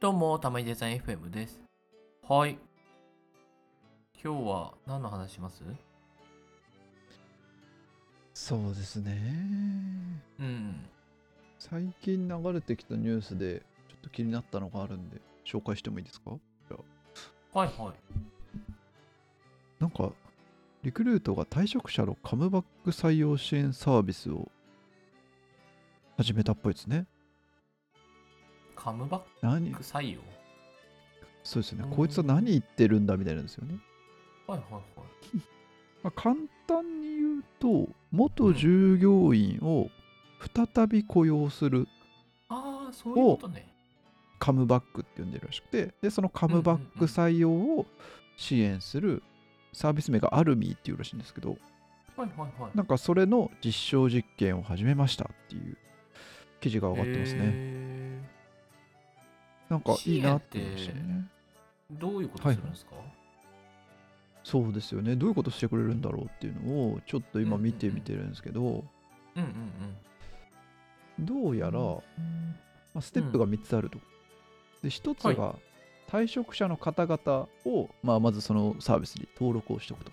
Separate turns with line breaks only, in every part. どうも、たまいデザイン FM です。はい。今日は何の話します
そうですね
うん。
最近流れてきたニュースでちょっと気になったのがあるんで紹介してもいいですか
はいはい。
なんかリクルートが退職者のカムバック採用支援サービスを始めたっぽいですね
カムバッ
何
ク採用
そうですね
うん
こいつは何言ってるんだみたいなんですよね、
はいはいはい。
まあ、簡単に言うと元従業員を再び雇用する
ああ、そういうことね。
カムバックって呼んでるらしくてでそのカムバック採用を支援するサービス名がアルミーっていうらしいんですけど
はいはいはい。
なんかそれの実証実験を始めましたっていう記事が上がってますね
へ
なんかいいなって思いました
支
ね
ーどういうことするんですか、
そうですよねどういうことしてくれるんだろうっていうのをちょっと今見てみてるんですけど
うんうん
どうやら、まあ、ステップが3つあるとで1つ
は
が退職者の方々を、まあ、まずそのサービスに登録をしておくと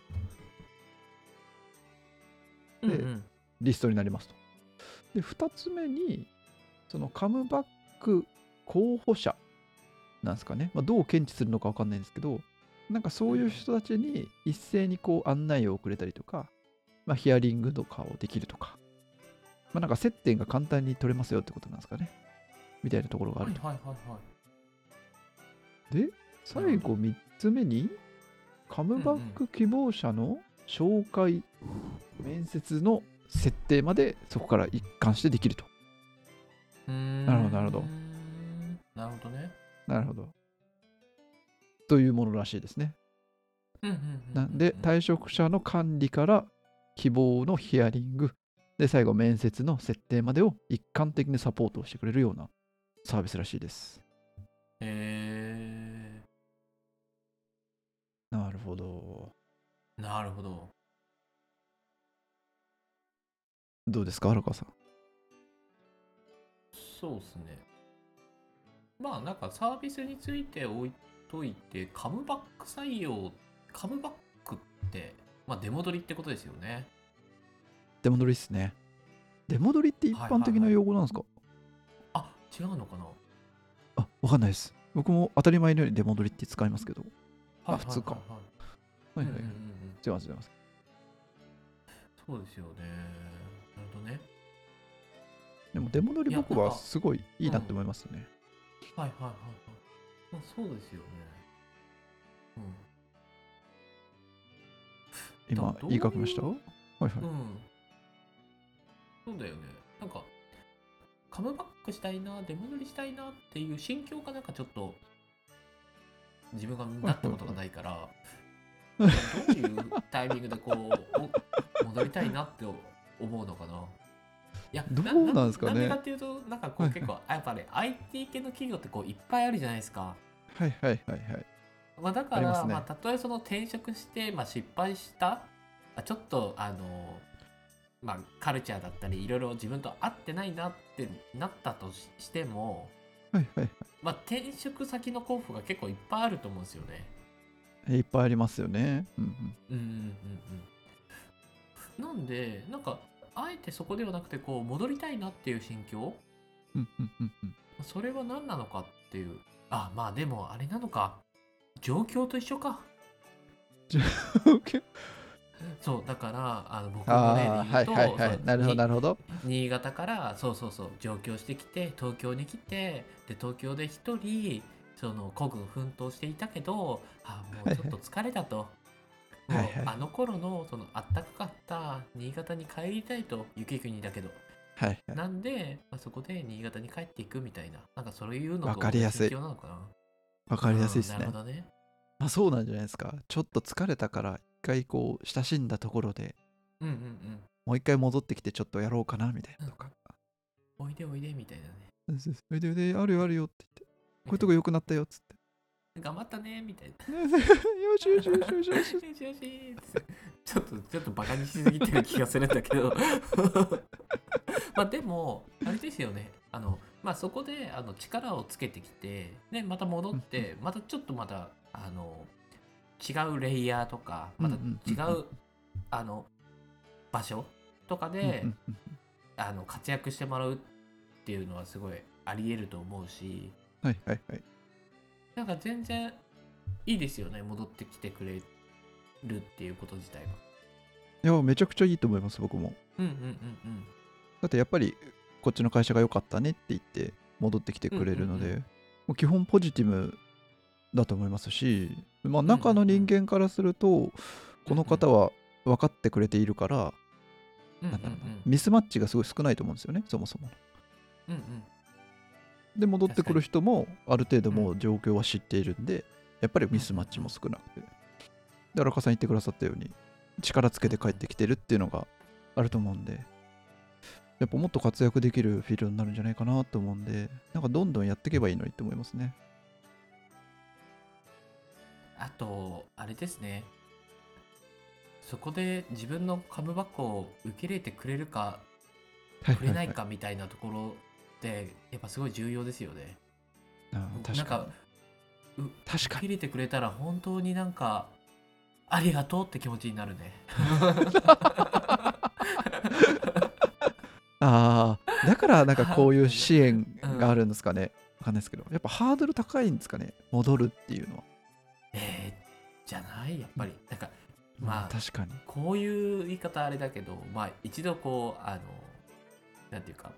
うん。
で
うんうん、
リストになりますと。で、2つ目に、そのカムバック候補者なんですかね、まあ、どう検知するのか分かんないんですけど、なんかそういう人たちに一斉にこう案内を送れたりとか、まあ、ヒアリングとかをできるとか、まあ、なんか接点が簡単に取れますよってことなんですかね。みたいなところがあ
はいは
る
い
と。
はいはい。
で、最後3つ目に、カムバック希望者の紹介、面接の設定までそこから一貫してできると。
うーん
なるほどなるほど。
なるほどね。
なるほど。というものらしいですね。
うんうんうんうん。
なんで、
はい
退職者の管理から希望のヒアリング、で、最後、面接の設定までを一貫的にサポートをしてくれるようなサービスらしいです。
え
なるほど。
ー、なるほど。
どうですか、荒川さん。
そうですね。まあなんかサービスについて置いといて、カムバック採用、カムバックって、まあ出戻りってことですよね。
出戻りっすね。出戻りって一般的な用語なんですか、
あ、違うのかな
あ、わかんないです。僕も当たり前のように出戻りって使いますけど。あ普通か
う
は
ん
い
うん
は
うんう
い。
ん。
違います、違います。
そうですよね。なるほどね。
でも、出戻
い
り
や
僕
なん
は
か
すごいいいなって思いますね。
はいはいはいはい。まあ、そうですよね。うん。んで
今
もど、うい
言
う
いかけましたはいはい。
うん。そうだよね。なんか、カムバックしたいな、出戻りしたいなっていう心境がなんかちょっと、自分がなったことがないから、どういうタイミングでこう、お戻りたいなって思うのかな。いや
どうなんですかね
なんでかっていうと、なんかこう
はい
結構、あやっぱね、IT 系の企業ってこういっぱいあるじゃないですか。
はいはいはいはい。
まあ、だか
あり
ら
ます
ま、
ね
あ、たとえその転職して、まあ、失敗した、あ、ちょっとあの、まあ、カルチャーだったりいろいろ自分と合ってないなってなったとししても、
はいはいは
まあ、転職先の候補が結構いっぱいあると思うんですよね。
い。いっぱいありますよね。うん
うんうんうんうん、なんでなんかあえてそこではなくてこう戻りたいなっていう心境
うん。うんうんうん うん。
それは何なのかっていうあまあでもあれなのか状況と一緒か。そうだからあの僕の例で
ああ、
言
は
う
い
と、
はいは
そ。
い
う
なるほど
に
なるほど。
新潟からそうそうそう上京してきて東京に来てで東京で一人その孤軍奮闘していたけどあもうちょっと疲れたと。もう
はいはい
あの頃のそのあったかかった新潟に帰りたいと雪国だけど
はいはい。
なんで、まあ、そこで新潟に帰っていくみたいななんかそういうのが
わかりやすい
なのかな
わかりやすいです
うん
ね
なる。ほどね
まあそうなんじゃないですか。ちょっと疲れたから、一回こう、親しんだところで
うんうんうん
もう一回戻ってきてちょっとやろうかなみたいなとか。
おいでおいでみたいなね
そうそうそうで、で、あるよあるよって言って、こういうとこ良くなったよっつ って。
頑張ったねみたいな
ねそうよしよしよしよし よし。
よしよしちょっとちょっとバカにしすぎてる気がするんだけどまあでもあれですよねあのまあ、そこであの力をつけてきて、ね、また戻ってまたちょっとまたあの違うレイヤーとかまた違
うんうんうん
うあの場所とかで
うんうん
あの活躍してもらうっていうのはすごいありえると思うし
はいはいはい。
なんか全然いいですよね戻ってきてくれるっていうこと自体は。
いや、めちゃくちゃいいと思います、僕も。
うんうんうんうん
だってやっぱり、こっちの会社が良かったねって言って、戻ってきてくれるので、
うんうん
もう基本ポジティブだと思いますし、まあ、
んうん
中の人間からすると、この方は分かってくれているから、
うんうん
なんだろうな
うん
ミスマッチがすごい少ないと思うんですよね、そもそも。
うんうん
で、戻ってくる人も、ある程度も
う
う状況は知っているんで、やっぱりミスマッチも少なくて。で、荒川さん言ってくださったように、力つけて帰ってきてるっていうのがあると思うんで、やっぱもっと活躍できるフィールドになるんじゃないかなと思うんで、なんかどんどんやっていけばいいのにって思いますね。
あとあれですねそこで自分のカムバックを受け入れてくれるか
はい
くれないかみたいなところってやっぱすごい重要ですよね。
あー
な
確
ん
か
か
に
う。
確
受
か
け
に。
入れてくれたら本当になんかありがとうって気持ちになるね。
ああ、だからなんかこうい
う
うん支援があるんですかね。わかんないですけど、やっぱハードル高いんですかね。戻るっていうのは。
えー、じゃないやっぱりなんかまあ
確かに。
こういう言い方あれだけどまあ一度こうあのなんていうか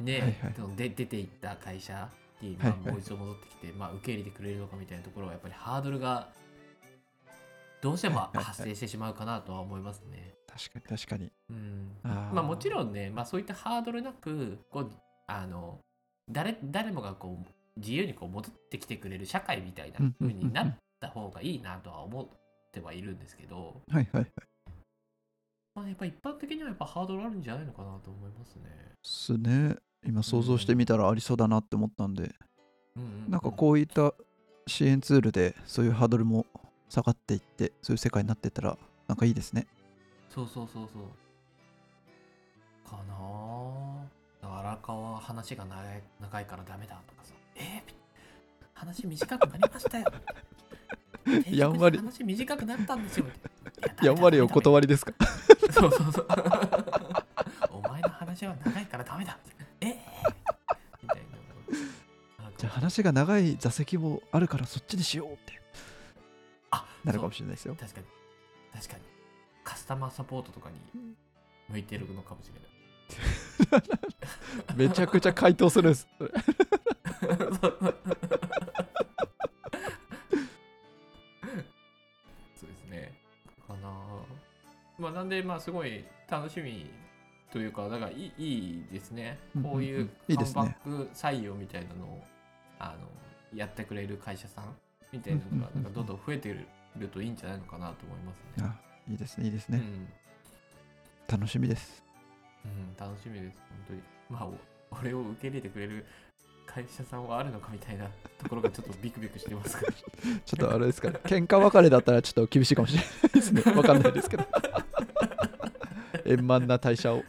ね、
はいはい
そので出ていった会社に、
は
ま
いはい
あ、もう一度戻ってきて、まあ、受け入れてくれるのかみたいなところはやっぱりハードルがどうしても
はいはいはい
発生してしまうかなとは思いますね。
確かに確かに。
うん
あー
まあもちろんね、まあ、そういったハードルなくこうあの誰誰もがこう自由にこう戻ってきてくれる社会みたいな
うんうん
風
うんうん
になった方がいいなとは思ってはいるんですけど、
はいはいはい。
まあ、やっぱ一般的にはやっぱハードルあるんじゃないのかなと思いますね。
すね。今想像してみたらありそうだなって思ったんで、
うんうう
なんかこういった支援ツールでそういうハードルも下がっていって、そういう世界になっていったら、なんかいいですね。
そうそうそうそう。かなあ。荒川は話が長い長いからダメだとかさ。えーみ話短くなりましたよ。
やんわり
定着して話短くなったんですよ。
やんわりお
わ
断りですか
り。そうそうそう。お前の話は長いからダメだ。えーみたいな。なんか
じゃあ話が長い座席もあるからそっちにしようって
あ
なるかもしれないですよ。
確かに。確かに。カスタマーサポートとかに向いてるのかもしれない。
めちゃくちゃ回答するんです。それ
そうですね。かなまあなんでまあすごい楽しみというかだからいいいいですね
うん。
こうい
うんう
うん
いい
カ
で
ム
す
バッ
ね
ク採用みたいなのをあのやってくれる会社さんみたいなのが
うんうんうん
なん
う
んかどんどん増えてるといいんじゃないのかなと思いますね。
あいいですね、いいです
う
ね。
ん
楽しみです。
うん、楽しみです、本当に。まあ、お 俺を受け入れてくれる会社さんはあるのかみたいなところがちょっとビクビクしてますから。
ちょっとあれですから、喧嘩別れだったらちょ っと厳しいかもしれないですね。わかんないですけど。円満な退社を